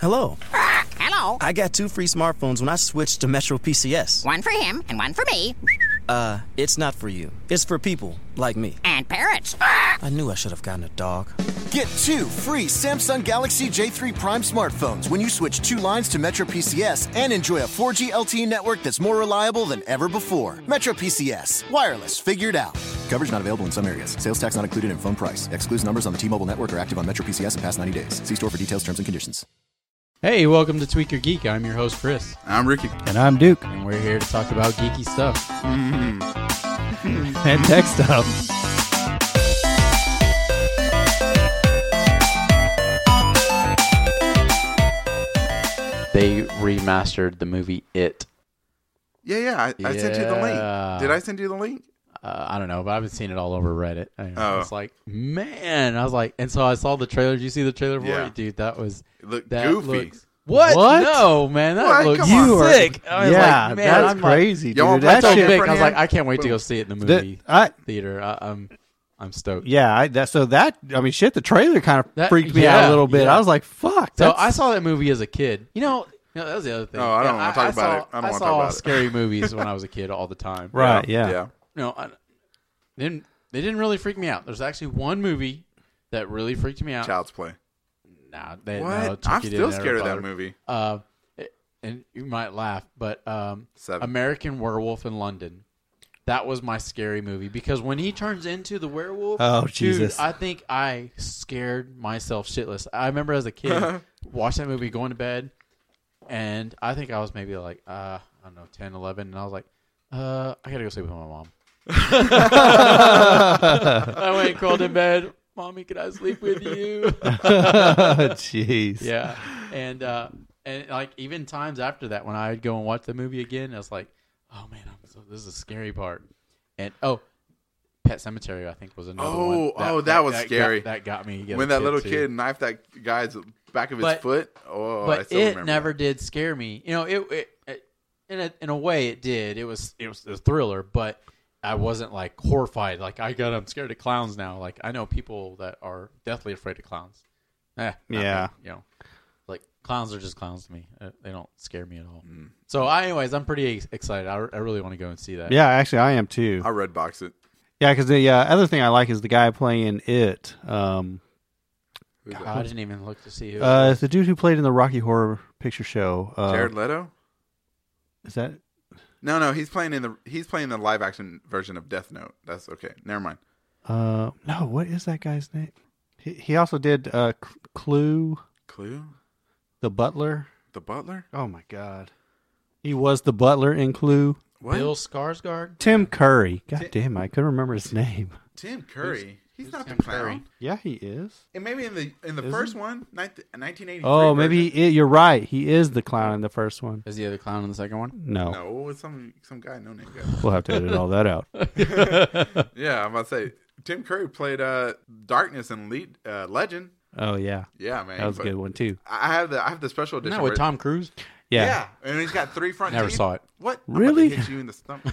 Hello. Hello. I got two free smartphones when I switched to Metro PCS. One for him and one for me. Uh, it's not for you. It's for people like me. And parrots. I knew I should have gotten a dog. Get two free Samsung Galaxy J3 Prime smartphones when you switch two lines to Metro PCS and enjoy a 4G LTE E network that's more reliable than ever before. Metro PCS. Wireless figured out. Coverage not available in some areas. Sales tax not included in phone price. Excludes numbers on the T-Mobile network are active on Metro PCS in past 90 days. See store for details, terms and conditions. Hey, welcome to Tweak Your Geek. I'm your host, Chris. I'm Ricky. And I'm Duke. And we're here to talk about geeky stuff And tech stuff. they remastered the movie It. Yeah, yeah. I, I sent you the Yeah. link. Did I send you the link? Uh, I don't know, but I've been seeing it all over Reddit. And I Oh. was like, man, I was like, and so I saw the trailer. Did you see the trailer for Yeah. it, dude? That was It looked that goofy. looks- what? What? No, man, that What? looks Come on. You are- sick. I was yeah, like, man, that's I'm like- crazy, Y'all want dude. black That that's so shit. big. I was like, Hand. I can't wait to go see it in the that- movie I, theater. I, I'm, I'm stoked. yeah, I, that, so that, I mean, shit, the trailer kind of That- freaked me out yeah, a little bit. yeah. I was like, fuck. So that's- I saw that movie as a kid. You know, you know, that was the other thing. Oh, I don't Yeah, wanna talk about saw- it. I don't wanna saw talk about it. scary movies when I was a kid all the time. Right, yeah. Yeah. No, I, they didn't they didn't really freak me out. There's actually one movie that really freaked me out. Child's Play. Nah, they, What? no, it took I'm you to still another scared of that level. movie. Uh, it- and you might laugh, but um, Seven. American Werewolf in London. That was my scary movie because when he turns into the werewolf, Oh, dude, Jesus. I think I scared myself shitless. I remember as a kid watching that movie, going to bed, and I think I was maybe like uh, I don't know, 10, 11, and I was like, uh, I gotta go sleep with my mom. I went and crawled in bed. Mommy, can I sleep with you? Jeez. yeah and uh and like even times after that when i'd go and watch the movie again i was like oh man I'm so, this is a scary part and oh pet cemetery i think was another Oh, one. oh, that was scary. got, that got me as when a that little too. kid knifed that guy's back of his But- foot. Oh, I but still it remember. never did scare me you know it, it, it in a, in a way it did it was it was a thriller but i wasn't like horrified like i got i'm scared of clowns now like i know people that are deathly afraid of clowns Eh, not me, Yeah. you know like clowns are just clowns to me. Uh, They don't scare me at all. Mm. So, I, anyways, I'm pretty ex- excited. I, I really want to go and see that. Yeah, actually, I am too. I red box it. Yeah, because the uh, other thing I like is the guy playing it. Um, Who's that? I didn't even look to see who. uh, it's the dude who played in the Rocky Horror Picture Show. Oh. Uh, Jared Leto. is that? No, no, he's playing in the he's playing the live action version of Death Note. That's okay. Never mind. Uh, no, what is that guy's name? He, he also did uh, C- Clue, Clue, The Butler. the butler. Oh my God, he was the butler in Clue. What? Bill Skarsgård. Tim Curry. God damn, I couldn't remember his name. Tim Curry. he's not Tim the clown. Curry? Yeah, he is. And maybe in the in the first one, nineteen eighty. Oh, maybe he is, you're right. He is the clown in the first one. Is the other clown in the second one? No, No, it's some some guy, no name guy. we'll have to edit all that out. yeah, I'm about to say Tim Curry played uh Darkness and Lead uh, Legend. Oh yeah, Yeah, man, that was a but good one too. I I have the I have the special edition. Not with where- Tom Cruise. Yeah, Yeah, and he's got three front. Never teeth. saw it. What? I'm about to Really? hit you in the stomach.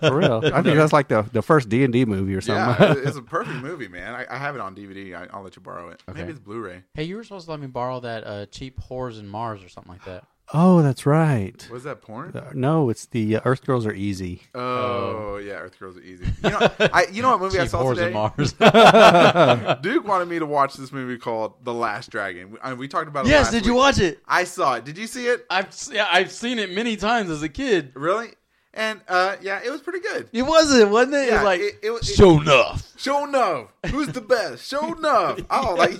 for real. I think that's like the the first D and D movie or something. yeah, it- it's a perfect movie, man. I, I have it on DVD. I, I'll let you borrow it. Maybe it's Blu-ray. Hey, you were supposed to let me borrow that uh, cheap whores and Mars or something like that. Oh, that's right. Was that porn? No, it's the uh, Earth Girls Are Easy. Oh yeah, Earth Girls are easy. You know, I, you know what movie I cheap saw um, whores today? and Mars. Duke wanted me to watch this movie called The Last Dragon. We, I, we talked about it. yes, last did you week. watch it? I saw it. Did you see it? I've s- yeah, I've seen it many times as a kid. Really? And uh, yeah, it was pretty good. It wasn't, wasn't it? Yeah, it was like it- it was- it- show enough. Show enough. Who's the best? Show enough. Oh, like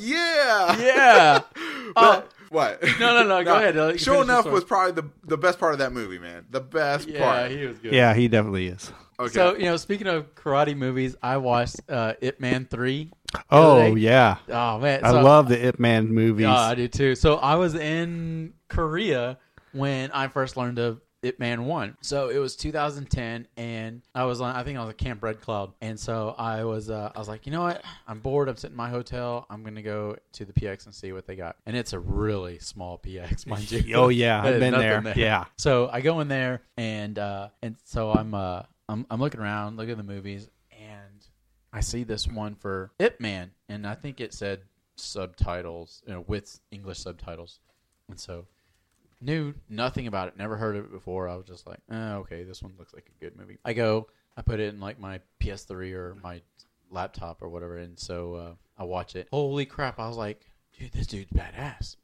yeah, Yeah. Oh, But- what? No, no, no, go ahead. Uh, you Show finish your enough story. was probably the the best part of that movie, man. The best yeah, part. he was good. Yeah, he definitely is. okay. So you know, speaking of karate movies, I watched uh, Ip Man three. the Oh other day. yeah, Oh man, I So- love the Ip Man movies. Yeah, I do too. So I was in Korea when I first learned of Ip Man One. So it was 2010, and I was on. I think I was at Camp Red Cloud, and so I was. Uh, I was like, you know what? I'm bored. I'm sitting in my hotel. I'm gonna go to the PX and see what they got. And it's a really small PX, mind you. Oh, yeah. I've There's been nothing there. Yeah. So I go in there, and uh, and so I'm uh, I'm I'm looking around, looking at the movies, and I see this one for Ip Man, and I think it said subtitles, you know, with English subtitles. And so knew nothing about it, never heard of it before. I was just like, eh, okay, this one looks like a good movie. I go, I put it in like my PS3 or my laptop or whatever, and so uh, I watch it. Holy crap! I was like, dude, this dude's badass.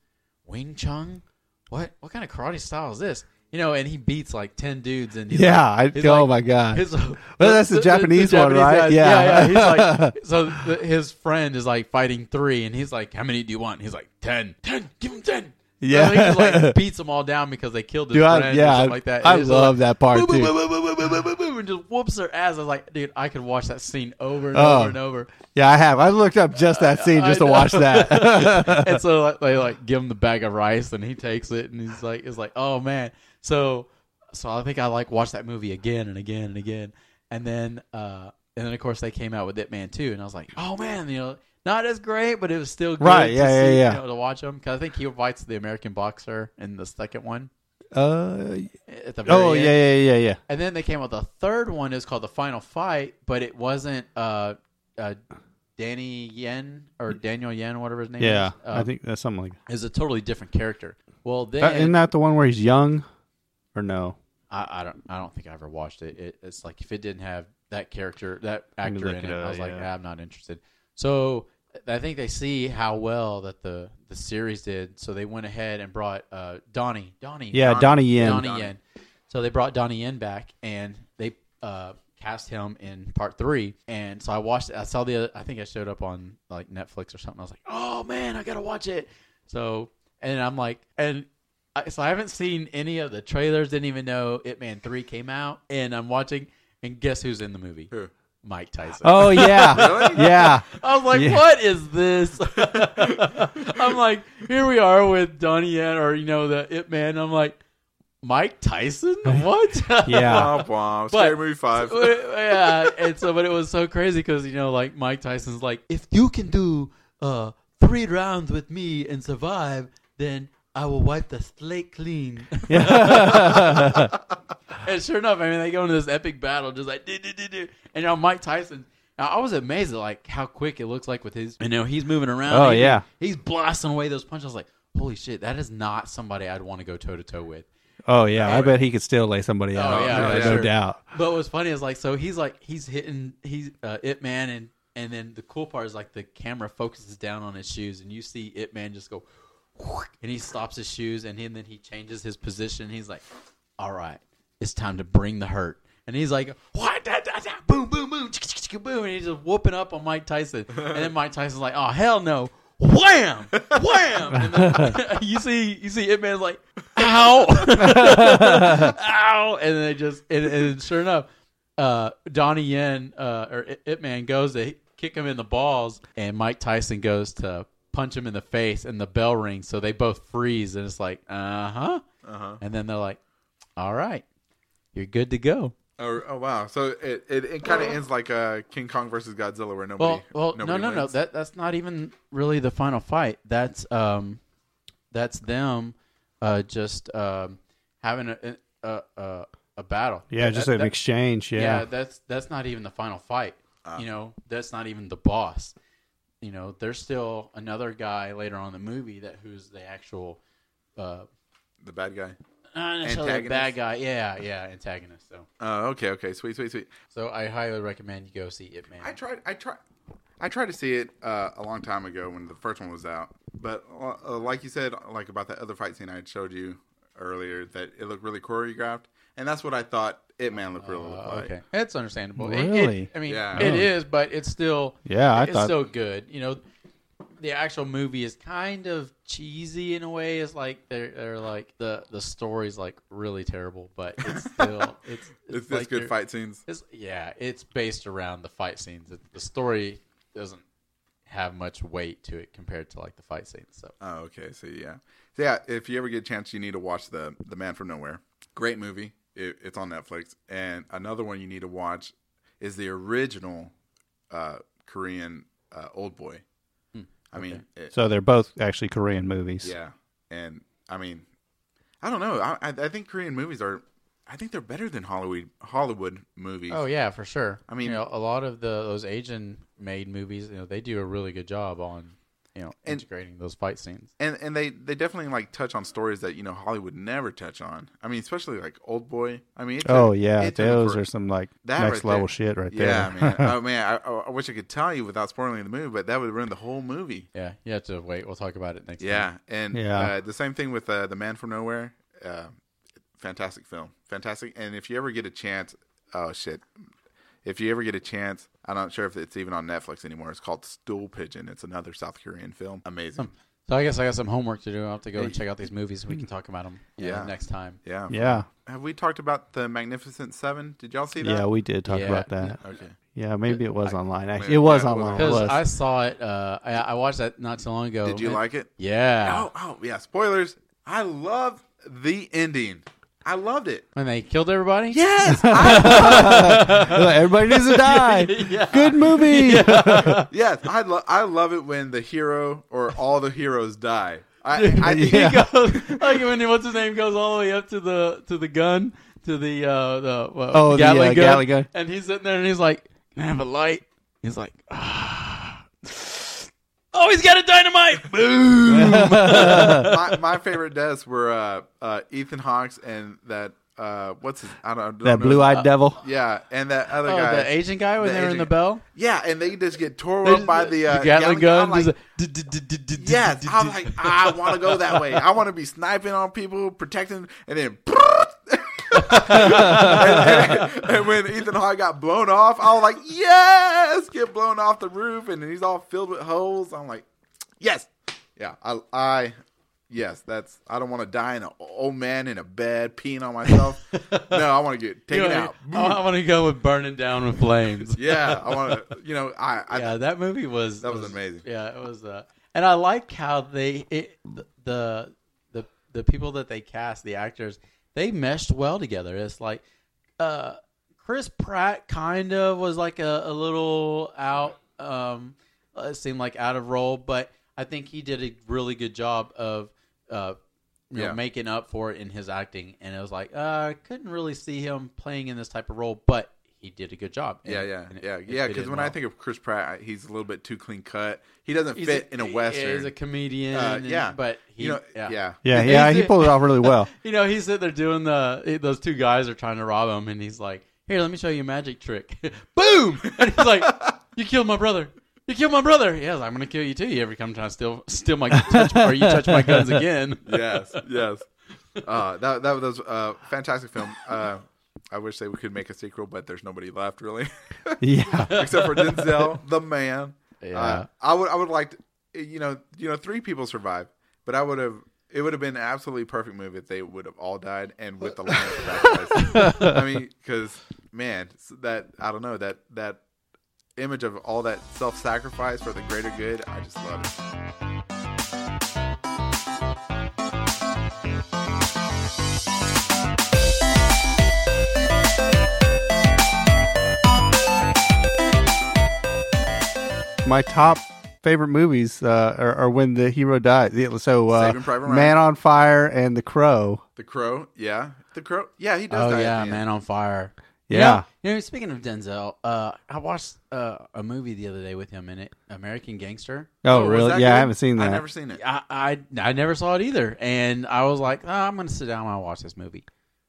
Wing Chun, what what kind of karate style is this? You know, and he beats like ten dudes, and he's Yeah, like- I- he's oh like- my God. his- Well, that's the Japanese one, right? guys- Yeah. yeah, yeah. He's like, so the, his friend is like fighting three, and he's like, "How many do you want?" And he's like, 10. 10, Give him ten. Yeah. So he just like beats them all down because they killed his Dude, I- friend. or yeah, something like that. And I he's just love like, that part, "Woo, woo, too." woo, woo, woo, woo, woo, woo, woo," and just whoops their ass. I was like, dude, I could watch that scene over and Oh. over and over. Yeah, I have. I looked up just that scene just I to know. watch that. Uh, and so like, they like give him the bag of rice, and he takes it, and he's like, "It's like, oh man." So, so I think I like watched that movie again and again and again, and then, uh, and then of course they came out with It Man too, and I was like, "Oh man," you know, not as great, but it was still good Right, To yeah, yeah, see, yeah. You know, to watch him because I think he fights the American boxer in the second one uh, at the very oh yeah, end. yeah, yeah, yeah. And then they came out with the third one. It was called The Final Fight, but it wasn't uh, uh, Danny Yen or Daniel Yen, whatever his name Yeah, is. I Uh, think that's something like is a totally different character. Well, then that. Isn't that the one where he's young, or no? I, I don't I don't think I ever watched it. it. It's like if it didn't have that character, that me actor look in it it, I up, was like, yeah. "Ah, I'm not interested. So I think they see how well that the the series did, so they went ahead and brought uh, Donnie. Donnie. Yeah, Donnie, Yen. Donnie, Yen. So they brought Donnie Yen back, and they uh, cast him in part three. And so I watched. I saw the. I think I showed up on like Netflix or something. I was like, oh man, I gotta watch it. So and I'm like, and I, so I haven't seen any of the trailers. Didn't even know It Man three came out, and I'm watching. And guess who's in the movie? Who? Mike Tyson. Oh yeah, yeah. I was like, Yeah. what is this? I'm like, here we are with Donnie Yen or, you know, the It Man. I'm like, Mike Tyson? What? Yeah. Womp womp. uh, But- uh, Scary movie five. yeah. And so, but it was so crazy because, you know, like Mike Tyson's like, if you can do uh, three rounds with me and survive, then I will wipe the slate clean. And sure enough, I mean, they go into this epic battle, just like do do do do. And you know, Mike Tyson. Now, I was amazed at like how quick it looks like with his. You know, he's moving around. Oh, He- yeah. he's blasting away those punches. I was like, holy shit, that is not somebody I'd want to go toe to toe with. Oh yeah, I bet he could still lay somebody out. Oh, yeah, yeah, for no sure. doubt. But what's funny is like, so he's like, he's hitting, he's uh, It Man, and and then the cool part is like the camera focuses down on his shoes, and you see It Man just go, whoosh, and he stops his shoes, and, he, and then he changes his position. He's like, all right, it's time to bring the hurt. And he's like, what? Da, da, da, boom, boom, boom, chick, chick, chick, boom. And he's just whooping up on Mike Tyson. And then Mike Tyson's like, oh, hell no. Wham! Wham! And then you see, you see, It Man's like, ow! ow, and they just and, and sure enough, uh, Donnie Yen uh, or it, Ip Man goes to kick him in the balls, and Mike Tyson goes to punch him in the face, and the bell rings, so they both freeze, and it's like uh huh, uh-huh. and then they're like, all right, you're good to go. Oh, oh, wow. So it, it, it kind of ends like uh, King Kong versus Godzilla where nobody. Well, Oh. well, no, nobody no, no. wins. That that's not even really the final fight. That's um, that's them, uh, just um, having a a a, a battle. Yeah, just That- an that- exchange. yeah. Yeah. that's that's not even the final fight Ah. you know that's not even the boss you know there's still another guy later on in the movie that who's the actual uh The bad guy. not necessarily the bad Antagonist? guy yeah yeah antagonist so Oh, okay, okay. Sweet, sweet, sweet. so i highly recommend you go see it man I tried. I tried. I tried to see it uh, a long time ago when the first one was out, but uh, uh, like you said, like about that other fight scene I had showed you earlier, that it looked really choreographed, and that's what I thought It Man looked really Uh, like. okay it's understandable It- it- Really? i mean Yeah. it is but it's still Yeah, I it's thought- still good you know the actual movie is kind of cheesy in a way. It's like they're, they're like the the story's like really terrible, but it's still it's It's, it's like good you're- fight scenes. It's, yeah, it's based around the fight scenes. It, the story doesn't have much weight to it compared to like the fight scenes. So Oh, okay. So yeah, so, yeah. If you ever get a chance, you need to watch the The Man from Nowhere. Great movie. It, it's on Netflix. And another one you need to watch is the original uh, Korean uh, Old Boy. Hmm, I mean, it, So they're both actually Korean movies. Yeah, and I mean, I don't know. I I I think Korean movies are, I think they're better than Hollywood Hollywood movies. oh yeah, for sure. I mean- you know, a lot of the those Asian made movies, you know, they do a really good job on you know And- integrating those fight scenes. and and they they definitely like touch on stories that you know Hollywood never touch on. I mean, especially like Old Boy. I mean, it took- Oh yeah, it took them those for- are some like that next right level there. shit right yeah, there. man. Oh man, I, I wish I could tell you without spoiling the movie, but that would ruin the whole movie. Yeah, you have to wait. We'll talk about it next. time. Yeah, and Yeah. Uh, the same thing with uh, the Man from Nowhere. Uh, fantastic film, fantastic. And if you ever get a chance, oh shit, if you ever get a chance, I'm not sure if it's even on Netflix anymore. It's called Stool Pigeon. It's another South Korean film. Amazing. So I guess I got some homework to do. I'll have to go and check out these movies. and We can talk about them Yeah. next time. Yeah. yeah, Have we talked about the Magnificent Seven? Did y'all see that? yeah. We did talk Yeah. about that. Okay. Yeah, maybe it was online. Actually, yeah, it was it was online. It online. Because was. I saw it. Uh, I, I watched that not too long ago. Did you And- like it? Yeah. Oh, oh yeah. Spoilers. I love the ending. I loved it. When they killed everybody. Yes. Everybody needs to die. Good movie. yes. I lo- I love it when the hero or all the heroes die. I, I think Yeah. like when what's his name goes all the way up to the to the gun to the uh the what, Oh, the the, galley, uh, gun, galley gun. and he's sitting there and he's like, "Can I have a light?" He's like, ah. "Oh, he's got a dynamite!" Oh, Boom! my, my favorite deaths were uh, uh, Ethan Hawke's and that uh, what's his I don't, I don't That know. blue-eyed devil. Yeah, and that other Oh, guy. the Asian guy when The they were in Asian the guy. bell. yeah, and they just get tore They up just- by the, uh, Gatling Gun. gun. I'm like, just a d-d-d-d-d-d-d-d-d-d-d-d. Yes, I'm like, I want to go that way. I want to be sniping on people, protecting, and then. and, and when Ethan Hawke got blown off, I was like, "Yes, get blown off the roof!" And he's all filled with holes. I'm like, "Yes, yeah, I, I, yes, that's. I don't want to die in an old man in a bed peeing on myself. no, I want to get You taken know, out. Oh, I, want to go with burning down with flames. Yeah, I want to. You know, I, I yeah, that movie was That was amazing. Yeah, it was. Uh, and I like how they it, the the the people that they cast, the actors, they meshed well together. It's like uh, Chris Pratt kind of was like a, a little out. Um, uh, seemed like out of role, but I think he did a really good job of uh, you know, Yeah. making up for it in his acting. And it was like uh, I couldn't really see him playing in this type of role, but he did a good job. And- Yeah, yeah, and it- yeah, it yeah. fit Because in when I well. think of Chris Pratt, I- he's a little bit too clean cut. He doesn't He's fit in a he- western. He's a comedian. Uh, yeah, yeah, but he, you know, yeah. yeah, Yeah, He's yeah. a- He pulled it off really well. You know, he's sitting there doing the. he- Those two guys are trying to rob him, and he's like, "Here, let me show you a magic trick." Boom! And he's like, "You killed my brother. You killed my brother." Yes, I'm gonna kill you too. You ever come try to steal steal my touch, or you touch my guns again? yes, yes. Uh, that that was a uh, fantastic film. Uh, I wish they could make a sequel, but there's nobody left really, Yeah, except for Denzel, the man. Yeah. Uh, I would I would like to, you know you know three people survive, but I would have. It would have been an absolutely perfect movie if they would have all died and with the line of sacrifice. I mean, because man, s- that I don't know that that image of all that self-sacrifice for the greater good. I just love it. my top favorite movies uh, are, are when the hero dies. Yeah, So, uh, Saving Private Ryan. Man on Fire and The Crow. The Crow, yeah, the Crow, yeah, he does. Oh die at yeah, the end. Man on Fire. Yeah. You know, you know, speaking of Denzel, uh, I watched uh, a movie the other day with him in it, American Gangster. Oh, was really? that Yeah, good? I haven't seen that. I've never seen it. I, I I never saw it either, and I was like, oh, I'm gonna sit down and watch this movie.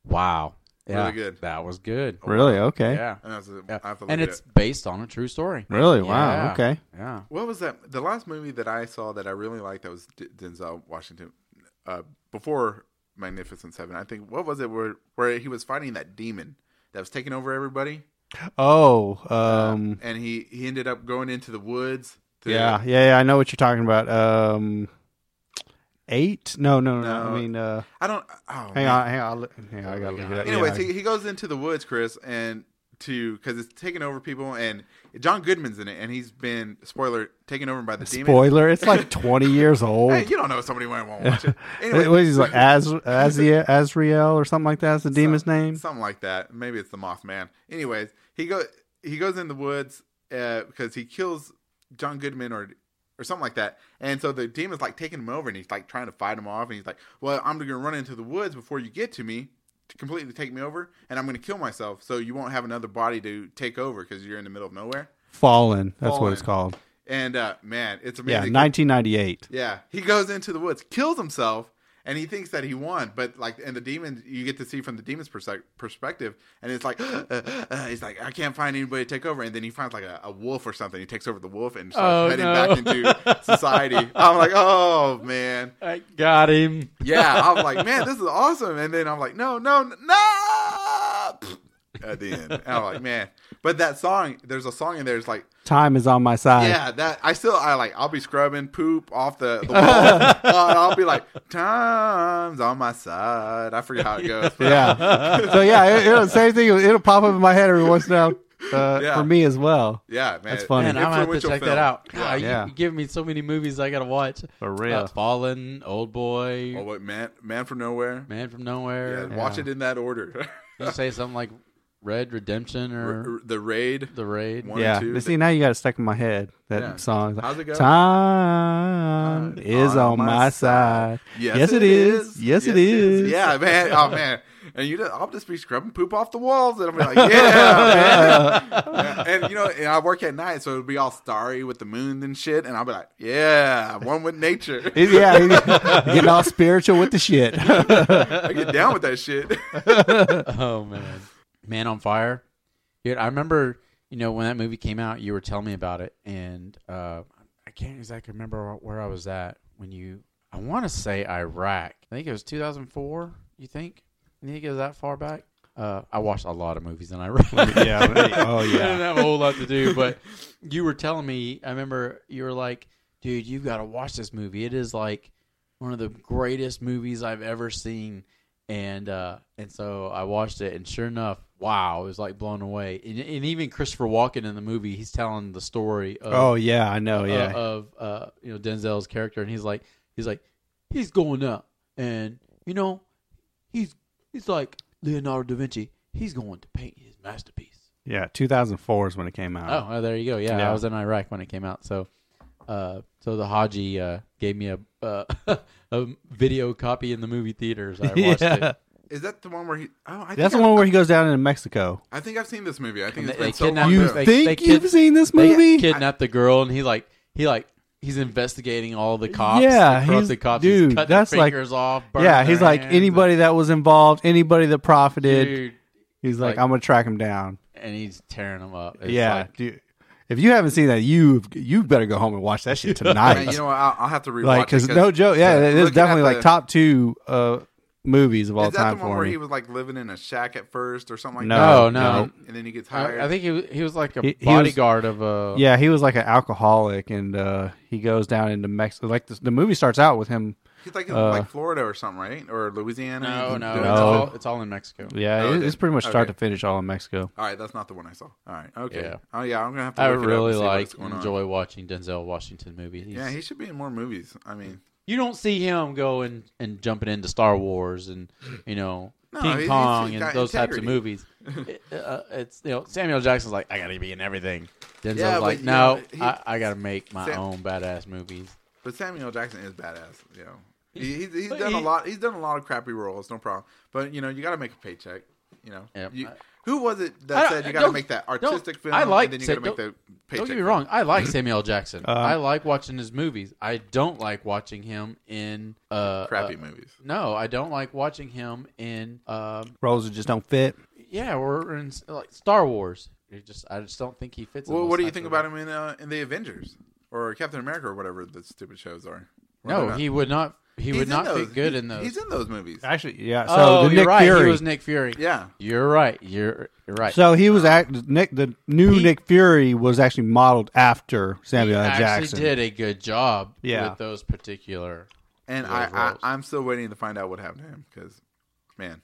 Wow, yeah, Really good. That was good. Really? Okay. Yeah, And, I was, I yeah. have to look and it it's up. based on a true story. Really? Wow. Yeah. Okay. Yeah, what was that? The last movie that I saw that I really liked that was D- Denzel Washington uh, before Magnificent Seven. I think what was it where where he was fighting that demon that was taking over everybody, Oh, um, and he he ended up going into the woods. To, yeah, yeah, yeah. I know what you're talking about. Um, eight? No, no, no. No. I mean, uh, I don't. Oh, hang man. on, hang on. I'll- Hang on I gotta look at it. up. Anyways, yeah, he, he goes into the woods, Chris, and to because it's taking over people, and John Goodman's in it, and he's been spoiler taken over by the demon. spoiler. It's like 20 years old. Hey, you don't know somebody might want to watch it. What- what is he, like Az Azia Azriel or something like that? Is the demon's name? something like that. Maybe it's the Mothman. Anyways, he go he goes in the woods uh, because he kills John Goodman or or something like that. And so the demon's like taking him over, and he's like trying to fight him off. And he's like, "Well, I'm gonna run into the woods before you get to me." To completely take me over, and I'm going to kill myself, so you won't have another body to take over because you're in the middle of nowhere. Fallen. That's what it's Fallen. called. And uh, man, it's Yeah, amazing. 1998. Yeah, he goes into the woods, kills himself, and he thinks that he won. But like, and the demon, you get to see from the demon's perse- perspective, and it's like uh, uh, he's like, I can't find anybody to take over, and then he finds like a, a wolf or something. He takes over the wolf and Oh, starts heading no. back into society. I'm like, oh man, I got him. yeah. I'm like, man, this is awesome. And then I'm like, no, no, no. At the end, and I'm like, man. But that song, there's a song in there. It's like Time is on my side. yeah, that I still I like I'll be scrubbing poop off the, the wall. uh, and I'll be like, time's on my side. I forget how it goes. but- Yeah. so yeah, it, it'll same thing. It'll, it'll pop up in my head every once in a while uh, Yeah. for me as well. yeah, man. That's funny. Man, I'm gonna have to Influential check film. that out. Yeah. God, you- Yeah. you giving me so many movies I gotta watch. For real. Uh, Fallen, Old Boy, Oh, what man? Man from nowhere. Man from Yeah, Nowhere. Watch it in that order. You say something like Red Redemption or R- the raid. The Raid. One yeah. and two. But see, now you got it stuck in my head. That Yeah. song. How's it go? Time is on my side. Yes, it is. Yes, it is. Yeah, man. Oh man. And you, just, I'll just be scrubbing poop off the walls, and I'm like, yeah, man. And you know, and I work at night, so it'll be all starry with the moon and shit, and I'll be like, yeah, one with nature. It- yeah, it- getting all spiritual with the shit. I get down with that shit. Oh man, Man on Fire, dude. I remember, you know, when that movie came out, you were telling me about it, and uh, I can't exactly remember where I was at when you. I want to say Iraq. I think it was 2004. You think? You think it was that far back? Uh, I watched a lot of movies in Iraq. yeah. Oh I yeah. didn't have a whole lot to do, but you were telling me. I remember you were like, "Dude, you've got to watch this movie. It is like one of the greatest movies I've ever seen." And uh, and so I watched it, and sure enough, wow, I was like blown away. And, and even Christopher Walken in the movie, he's telling the story. Of, Oh yeah. I know. uh, Yeah. of uh, you know Denzel's character, and he's like, he's like, he's going up, and you know, he's he's like Leonardo da Vinci. He's going to paint his masterpiece. yeah. 2004 is when it came out. Oh, well, there you go. Yeah, Yeah. I was in Iraq when it came out. So, uh, so the Haji uh, gave me a uh, a video copy in the movie theaters. I watched yeah. it. Is that the one where he? Oh, I think That's the I, one where he goes down into Mexico. I think I've seen this movie. I And think it's they- they been so kidnap long. him. You ago. They- think they you've kid- seen this They movie? kidnapped the girl, and he like he like he's investigating all the cops. Yeah, the corrupted he's- cops. dude, he's cutting that's their like- fingers off. burning yeah, he's their like hands, anybody that was involved, anybody that profited. and- dude, he's like, like- I'm gonna track him down. and he's tearing them up. It's yeah, like- dude. If you haven't seen that, you you better go home and watch that shit tonight. Man, you know, what? I'll, I'll have to rewatch. like, it because no joke, yeah, it is looking at definitely like the- top two uh, movies of all Is that time the one for where he me. was like living in a shack at first or something like No, that? No, no. And then he gets hired. I, I think he was- he was like a He- he was- bodyguard of a Yeah, he was like an alcoholic, and uh, he goes down into Mexico. Like the, the movie starts out with him. He's like uh, in like Florida or something, right? Or Louisiana. No, He's no, doing It's, that. all, it's all in Mexico. Yeah, Oh, it- okay. it's pretty much start Okay. to finish all in Mexico. All right, that's not the one I saw. All right, okay. Yeah. Oh yeah, I'm gonna have to. I look would it up really and see like what's going on. enjoy watching Denzel Washington movies. Yeah, he should be in more movies. I mean, you don't see him going and jumping into Star Wars and you know No, he's- King he's Kong got and those types of integrity. movies. It- uh, it's you know Samuel Jackson's like I gotta be in everything. Denzel's Yeah, but, like you no, know, he- I, I gotta make my Sam- own badass movies. but Samuel Jackson is badass. You know, he, he's, he's But done a he- lot. He's done a lot of crappy roles, no problem. But you know, you got to make a paycheck. You know, Yep. You- who was it I that don't- said you got to don't- make that don't- artistic film? I like and then you Sam- got to make the don't- paycheck. Don't get me film? wrong, I like Samuel Jackson. I like watching his movies. I don't like watching him in uh, Crappy uh, movies. no, I don't like watching him in um, Roles that just don't fit. yeah, we're in like Star Wars. You just I just don't think he fits. in Well, those what do you types think of about him in uh, in the Avengers or Captain America or whatever the stupid shows are? Or No, they're not- he would not. He He's would in not those. fit good He's- in those. He's in those movies. Actually, yeah. So oh, the you're Nick right. Fury. He was Nick Fury. Yeah. you're right. You're you're right. So he was act Nick. The new He- Nick Fury was actually modeled after he Samuel L. actually Jackson. did a good job Yeah. with those particular. And those I, roles. I, I'm still waiting to find out what happened to him because, man,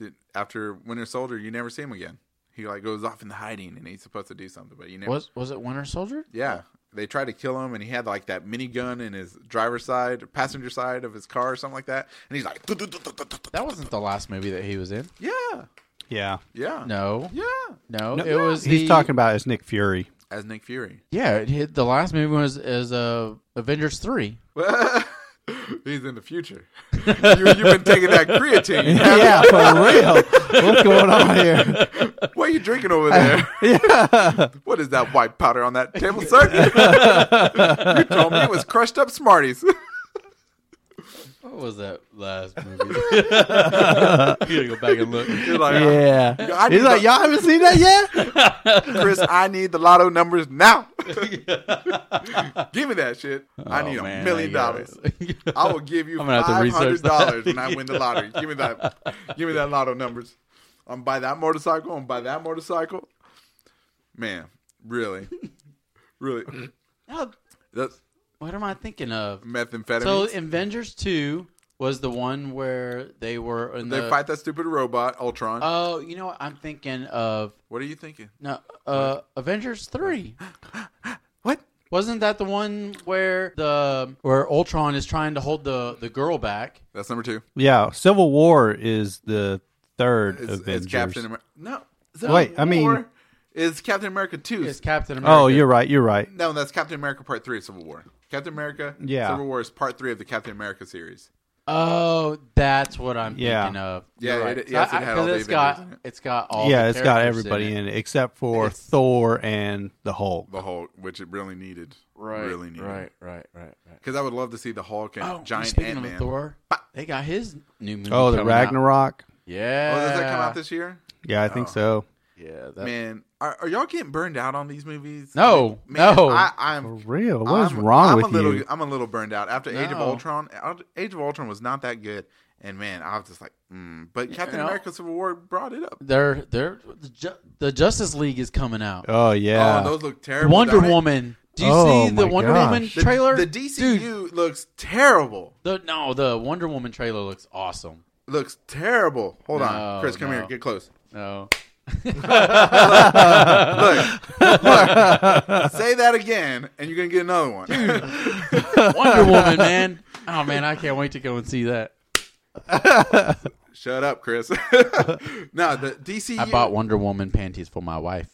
did, after Winter Soldier, you never see him again. He like goes off into hiding, and he's supposed to do something, but you never. Was was it Winter Soldier? Yeah, they tried to kill him, and he had like that minigun in his driver's side, passenger side of his car, or something like that. And he's like, That wasn't the last movie that he was in. yeah, Yeah, yeah, No, yeah, no, No, it yeah. was. he's the- talking about as Nick Fury. as Nick Fury. Yeah, it hit- the last movie was is uh, Avengers three. He's in the future. you, you've been taking that creatine. haven't yeah, for real. What's going on here? you? What are you drinking over there? What is that white powder on that table, sir? you told me it was crushed up Smarties. What was that last movie? you gotta go back and look. You're like, "Uh, Yeah. I He's need like, the- y'all haven't seen that yet? Chris, I need the lotto numbers now. give me that shit. I Oh, need a Oh, man, million I get dollars. it. I will give you I'm gonna have to five research hundred dollars that. when I win the lottery. Give me that. Give me that lotto numbers. I'm buy that motorcycle. I'm buy that motorcycle. Man, really, really. Now, That's what am I thinking of? methamphetamine. So, Avengers Two was the one where they were in they the. fight that stupid robot, Ultron. Oh, you know what? I'm thinking of what are you thinking? no uh, Avengers Three. What? Wasn't that the one where the where Ultron is trying to hold the the girl back? That's number two. yeah, Civil War is the third It's, Avengers. it's Captain America. No. Civil Wait, I mean- War is Captain America two? It's Captain America. oh, you're right. You're right. No, that's Captain America Part Three: Civil War. Captain America, Yeah. Civil War is Part Three of the Captain America series. Oh, that's what I'm Yeah. thinking of. Yeah, You're it- yes, it had all the it's got Avengers in it's got all. yeah, the it's got characters everybody in it. it, except for Thor and the Hulk. The Hulk, which it really needed, Right, really needed, right, right, right, right. Because I would love to see the Hulk and Oh, Giant speaking Ant of Man. Oh, Thor, they got his new movie. Oh, the coming out. Oh, Ragnarok. Yeah. Oh, does that come out this year? Yeah, I think Oh. so. Yeah. That, Man, are, are y'all getting burned out on these movies? No, I mean, man, no. I, For I'm real, what is I'm- wrong I'm with a little, you? I'm a little burned out after Age of No. Ultron. Age of Ultron was not that good, and man, I was just like, mm. but Captain know. America Civil War brought it up. They're they're the, Ju- the Justice League is coming out. Oh yeah, Oh, those look terrible. Wonder don't they? Woman. Do you Oh, see the my Wonder gosh. Woman The- trailer? The DCU Dude, looks terrible. the, no, the Wonder Woman trailer looks awesome. looks terrible. Hold on, No, Chris, come no. here, get close. No. Look, look, say that again, and you're gonna get another one. Wonder Woman, man. Oh man, I can't wait to go and see that. Shut up, Chris. no, the DCU. I bought Wonder Woman panties for my wife.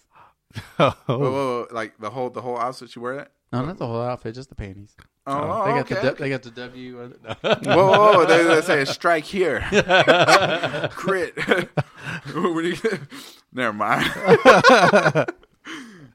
Whoa, whoa, whoa, like the whole the whole outfit you wear that. No, not the whole outfit, just the panties. Oh, they got okay. the de- they got the W. uh, on it. No. whoa, whoa, whoa, they, they say strike here, crit. When you get- Never mind.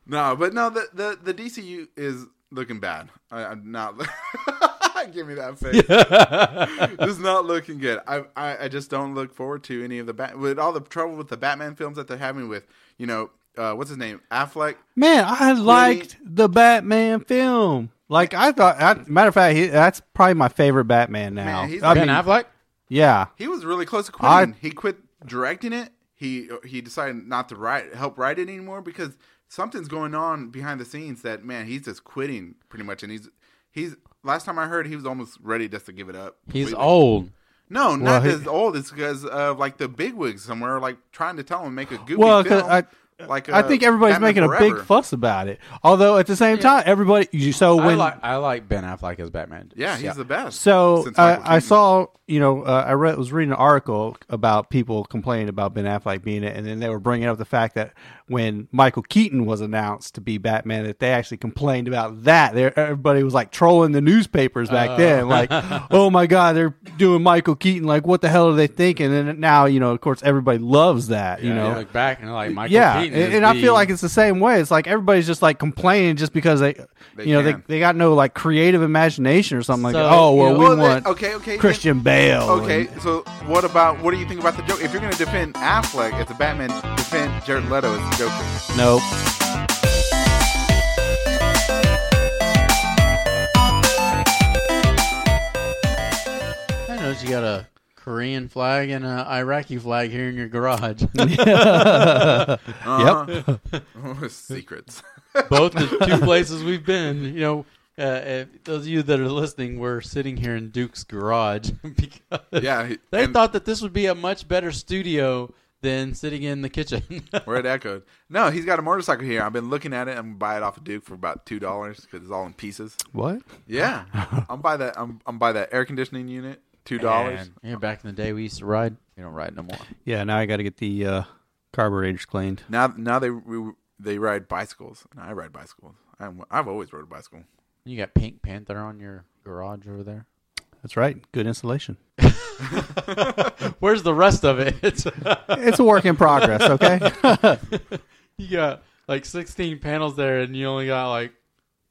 no, but no, the, the the DCU is looking bad. I, I'm not. Give me that face. It's not looking good. I, I I just don't look forward to any of the bat with all the trouble with the Batman films that they're having with you know uh, what's his name Affleck. man, I liked the Batman film. Like I thought. I, matter of fact, he, that's probably my favorite Batman now. he's- I ben mean, Affleck. yeah, He was really close to I- quitting. he quit directing it. He he decided not to write help write it anymore because something's going on behind the scenes that man he's just quitting pretty much and he's he's last time I heard he was almost ready just to give it up. He's completely. old. No, not he- as old. It's because of like the bigwigs somewhere like trying to tell him make a goofy Well, 'cause film. I- like I uh, think everybody's Batman making a Forever. big fuss about it. Although at the same time, everybody. You, so I when like I like Ben Affleck as Batman. Yeah, he's the best. So since Michael I, I Keaton. saw, you know, uh, I read, was reading an article about people complaining about Ben Affleck being it, and then they were bringing up the fact that when Michael Keaton was announced to be Batman, that they actually complained about that. They're, everybody was like trolling the newspapers back Uh. then, like, "Oh my God, they're doing Michael Keaton! Like, what the hell are they thinking?" And now, you know, of course, everybody loves that. You You know, know, look back and like Michael. yeah, Keaton and, is and I the- feel like it's the same way. It's like everybody's just like complaining just because they, They you know, can. they, they got no like creative imagination or something like So, that. Oh well, you know- we Well, then- want okay, okay, then- Christian Bale. Okay, and- so what about what do you think about the joke? If you're going to defend Affleck as a Batman, defend Jared Leto as the Joker. nope. I know you got a Korean flag and a Iraqi flag here in your garage. Yep. Uh-huh. Secrets. Both the two places we've been. You know, uh, if those of you that are listening, we're sitting here in Duke's garage because Yeah, he- they and- thought that this would be a much better studio than sitting in the kitchen. Where it echoed. No, he's got a motorcycle here. I've been looking at it. I'm gonna buy it off of Duke for about two dollars because it's all in pieces. What? Yeah, I'm buy that. I'm I'm buy that air conditioning unit. Two dollars. Man, Yeah, back in the day we used to ride. We don't ride no more. Yeah. Now I got to get the uh, carburetors cleaned. Now now they we, they ride bicycles. And I ride bicycles. I'm, I've always rode a bicycle. You got Pink Panther on your garage over there. That's right. Good installation. Where's the rest of it? It's a work in progress. Okay. you got like 16 panels there, and you only got like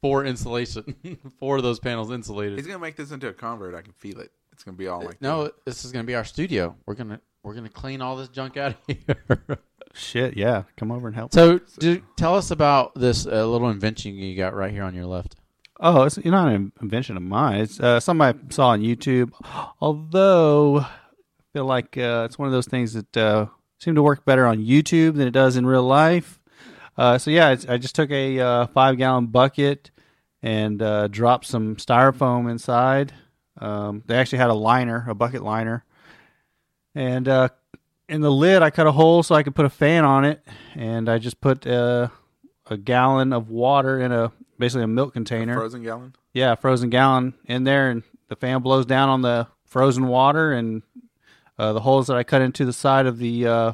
four insulation, four of those panels insulated. He's gonna make this into a convert. I can feel it. It's gonna be all like no, this is gonna be our studio. We're gonna we're gonna clean all this junk out of here. Shit. Yeah. Come over and help. so, do, tell us about this uh, little invention you got right here on your left. Oh, it's not an invention of mine. It's uh, something I saw on YouTube. Although, I feel like uh, it's one of those things that uh, seem to work better on YouTube than it does in real life. Uh, so yeah, it's, I just took a uh, five gallon bucket and uh, dropped some styrofoam inside. Um, they actually had a liner, a bucket liner, and uh, in the lid I cut a hole so I could put a fan on it, and I just put uh, a gallon of water in a basically a milk container frozen gallon. yeah, frozen gallon in there, and the fan blows down on the frozen water, and uh, the holes that I cut into the side of the uh,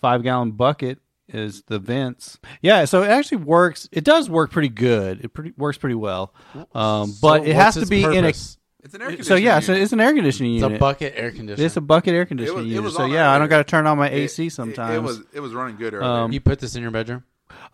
five gallon bucket is the vents. Yeah, so it actually works. It does work pretty good. It pretty works pretty well, um, but So it what's has to its be purpose? It's an air in a. So conditioning yeah, so unit. it's an air conditioning It's unit. a bucket air conditioner. It's a bucket air It conditioning was- it unit. was So on yeah, I don't earlier. got to turn on my It- AC it- sometimes. It, was it was running good earlier. you put this in your bedroom.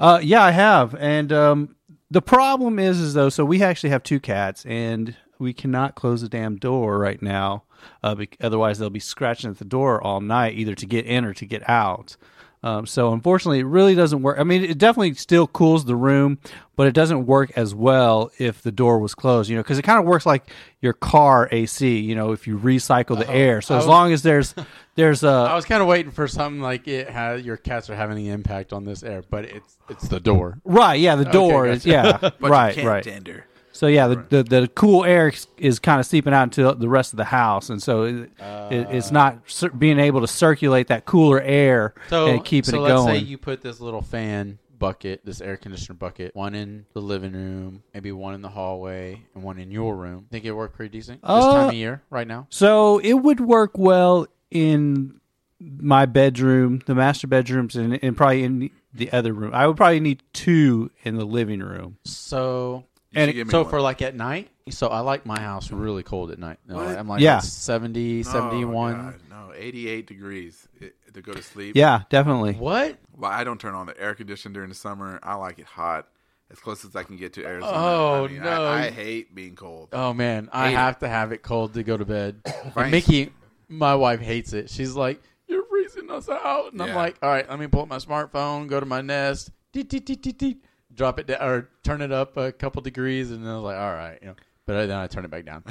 Uh, yeah, I have, and um, the problem is, is though, so we actually have two cats, and we cannot close the damn door right now, uh, bec otherwise they'll be scratching at the door all night, either to get in or to get out. Um, so unfortunately, it really doesn't work. I mean, it definitely still cools the room, but it doesn't work as well if the door was closed. You know, because it kind of works like your car AC. You know, if you recycle the air. So Uh-huh. I was- as long as there's there's a I was kind of waiting for something like it had your cats are having the impact on this air, but it's it's the door. right, yeah, the door is yeah, but right, you can't right. tender. So yeah, the, the, the cool air is- is kind of seeping out into the rest of the house, and so it, it, Ah. it's not cir- being able to circulate that cooler air So and keeping so it let's going. say you put this little fan bucket, this air conditioner bucket, one in the living room, maybe one in the hallway, and one in your room. Think it worked pretty decent this Uh, time of year right now? so it would work well in my bedroom, the master bedrooms, and, and probably in the other room. I would probably need two in the living room. So You should And it- give me so one. for like at night. So I like my house really cold at night. No, I'm like Yeah. 70, Oh, 71. God, no, 88 degrees it, to go to sleep. Yeah, definitely. What? Well, I don't turn on the air conditioner during the summer. I like it hot, as close as I can get to Arizona. Oh, I mean, no. I, I hate being cold. Oh man, I Hate it. have to have it cold to go to bed. And Right. Mickey, my wife hates it. She's like, "You're freezing us out," and I'm Yeah. like, "All right, let me pull up my smartphone, go to my Nest, deet, deet, deet, deet, deet, drop it down or turn it up a couple degrees," and then I was like, "All right," you know. But then I turn it back down.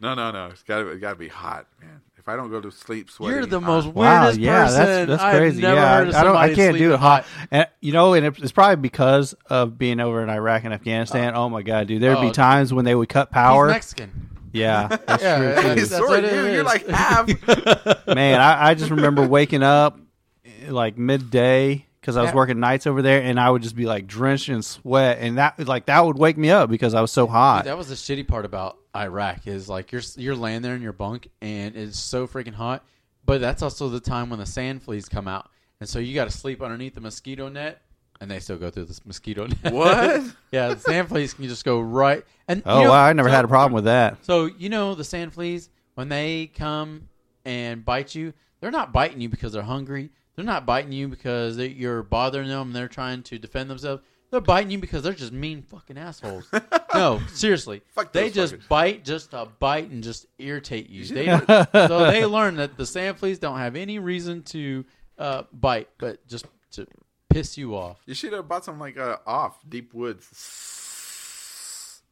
No, no, no. It's got to it got to be hot, man. If I don't go to sleep sweating, You're the I- most Wow, weirdest yeah, person. that's that's I've crazy. never yeah, heard of I don't, I somebody can't do sleeping it hot. And, you know, and it- it's probably because of being over in Iraq and Afghanistan. oh my god, dude, there'd oh. be times when they would cut He's power. Mexican. Yeah, that's Yeah, true. yeah, too. that's Sorry, what it dude. You're is. like half. Man, I, I just remember waking up eh, like midday because I was Yeah. working nights over there, and I would just be like drenched in sweat, and that like that would wake me up because I was so hot. That was the shitty part about Iraq is like you're you're laying there in your bunk and it's so freaking hot, but that's also the time when the sand fleas come out, and so you got to sleep underneath the mosquito net, and they still go through this mosquito net. What? yeah, the sand fleas can just go right. And Oh you know- wow, I never so- had a problem with that. So you know the sand fleas when they come and bite you, they're not biting you because they're hungry. They're not biting you because they, you're bothering them and they're trying to defend themselves. They're biting you because they're just mean fucking assholes. no, seriously. Fuck they those just fuckers. bite just to bite and just irritate you. They, so they learn that the sand fleas don't have any reason to uh, bite, but just to piss you off. you should have bought some like uh, off deep woods.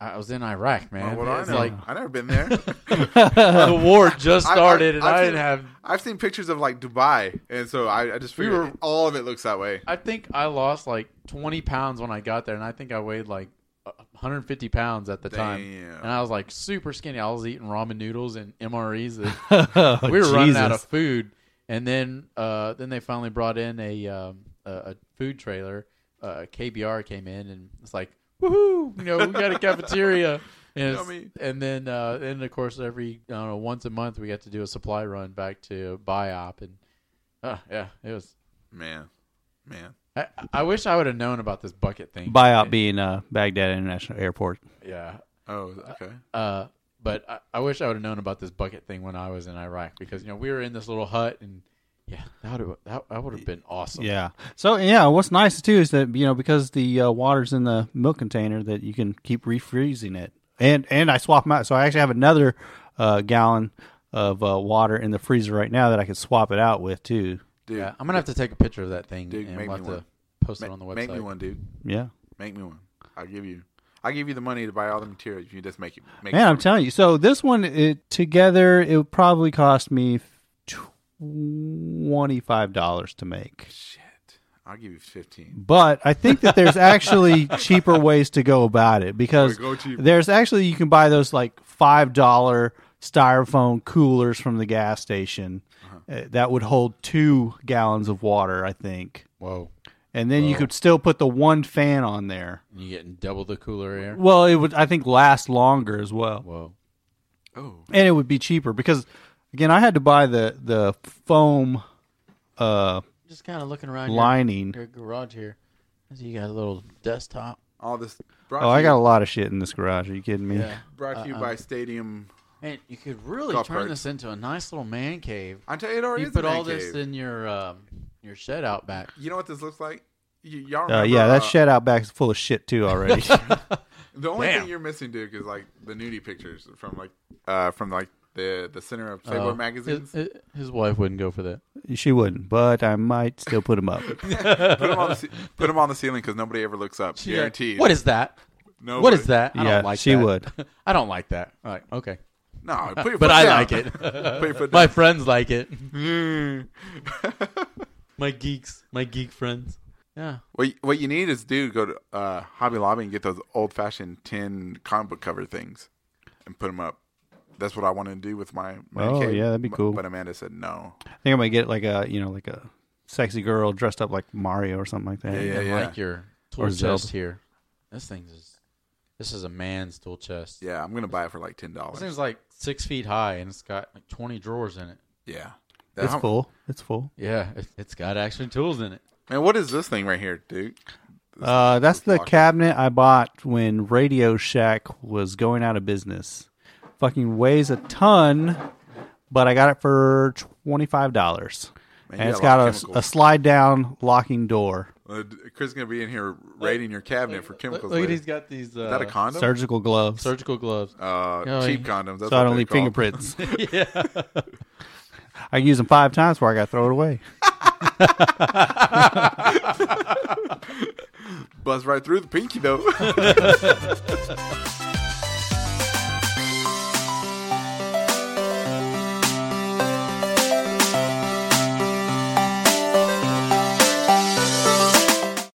I was in Iraq, man. Well, what do I it's know? like I never been there. the war just started, and I've I seen- didn't have I've seen pictures of like Dubai, and so I, I just figured were- all of it looks that way. I think I lost like 20 pounds when I got there, and I think I weighed like 150 pounds at the time. Damn. And I was like super skinny. I was eating ramen noodles and MREs. and we were running out of Oh, Jesus. food, and then uh, then they finally brought in a um, a, a food trailer. Uh, KBR came in, and it's like woohoo! You know, we got a cafeteria. And, it's- Yummy. and then, uh, and of course, every I don't know, once a month we got to do a supply run back to Biop, and uh, yeah, it was Man, man. I, I wish I would have known about this bucket thing. Buyout being uh, Baghdad International Airport. Yeah. Oh, okay. Uh, but I, I wish I would have known about this bucket thing when I was in Iraq because you know we were in this little hut and yeah, that would that, that would have been awesome. Yeah. So yeah, what's nice too is that you know because the uh, water's in the milk container that you can keep refreezing it, and and I swap my so I actually have another uh, gallon of uh, water in the freezer right now that I could swap it out with too. Dude, Yeah, I'm gonna have to take a picture of that thing Dude, and make we'll me have to one. post it on the website. Make me one, dude. Yeah. Make me one. I'll give you. I'll give you the money to buy all the materials. You just make it. Make Man, it I'm telling you. So this one it together it would probably cost me twenty five dollars to make. Shit. I'll give you fifteen. But I think that there's actually cheaper ways to go about it because go cheap. there's actually you can buy those like five dollar styrofoam coolers from the gas station uh, that would hold two gallons of water, I think, Whoa, and then you could still put the one fan on there. you getting double the cooler air? Well, it would I think last longer as well, Whoa, Oh, and it would be cheaper because again I had to buy the the foam uh just kind of looking around your- lining. your, garage here. I see You got a little desktop. all this. Brought Oh, to I you, got a lot of shit in this garage. Are you kidding me? Brought to Uh, you by Stadium. Man, you could really Golf turn cart. this into a nice little man cave. I tell you, it already You is a put all man this cave. in your um, your shed out back. You know what this looks like? You, y'all Uh, remember, yeah, that uh, shed out back's full of shit too already. The only Damn. thing you're missing, Duke, is like the nudie pictures from like uh from like the the center of Playboy Oh, magazines. His, his wife wouldn't go for that. She wouldn't, but I might still put them up. put them on the ce- put 'em on the ceiling because nobody ever looks up. Guaranteed. What is that? No. What is that? I Yeah, don't like she that. would. I don't like that. All right, okay. No. Put your But foot I down. like it. put your foot My down. friends like it. my geeks, my geek friends. Yeah. What you- what you need is dude go to uh, Hobby Lobby and get those old fashioned tin comic book cover things, and put them up. That's what I want to do with my. my Oh, cave. yeah, that'd be But- cool. But Amanda said no. I think I might get like a you know like a sexy girl dressed up like Mario or something like that. Yeah, I yeah. like your tool Zelda. chest here. This thing's is this is a man's tool chest. Yeah, I'm gonna buy it for like ten This dollars. thing's like six feet high and it's got like twenty drawers in it. Yeah, It's How- full. It's full. Yeah, it, it's got actually tools in it. Man, what is this thing right here, dude? Uh, that's the locked. cabinet I bought when Radio Shack was going out of business. Fucking weighs a ton, but I got it for twenty five dollars, Man, you and it's got a got lot a, of s- a chemicals. slide down locking door, Uh, Chris gonna be in here raiding your cabinet for Look, chemicals. look at later. he's got these uh, Is that a condom? surgical gloves, surgical gloves. uh, Oh, cheap yeah. condoms. That's so I what don't they're leave called. fingerprints. yeah. I use them five times before I got thrown away. Bust right through the pinky though.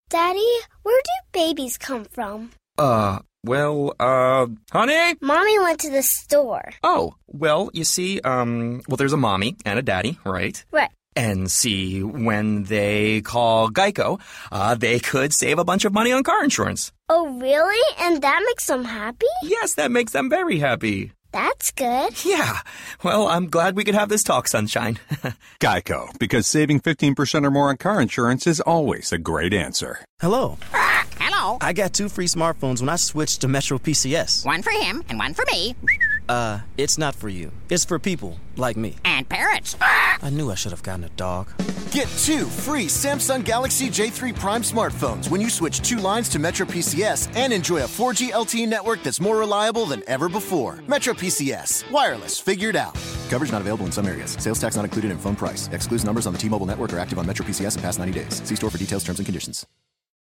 Daddy, where do babies come from? Uh, well, uh, honey? Mommy went to the store. Oh, well, you see, um, well, there's a mommy and a daddy, right? Right. And see, when they call Geico, uh, they could save a bunch of money on car insurance. Oh, really? And that makes them happy? Yes, that makes them very happy. That's good. Yeah. Well, I'm glad we could have this talk, sunshine. Geico, because saving 15% or more on car insurance is always a great answer. Hello. Hello. I got two free smartphones when I switched to Metro PCS. One for him and one for me. Uh, it's not for you. It's for people like me. And parrots. I knew I should have gotten a dog. Get two free Samsung Galaxy J3 Prime smartphones when you switch two lines to Metro PCS and enjoy a 4G LTE E network that's more reliable than ever before. Metro PCS, wireless figured out. Coverage not available in some areas. Sales tax not included in phone price. Excludes numbers on the T-Mobile network are active on Metro PCS in past 90 days. See store for details, terms and conditions.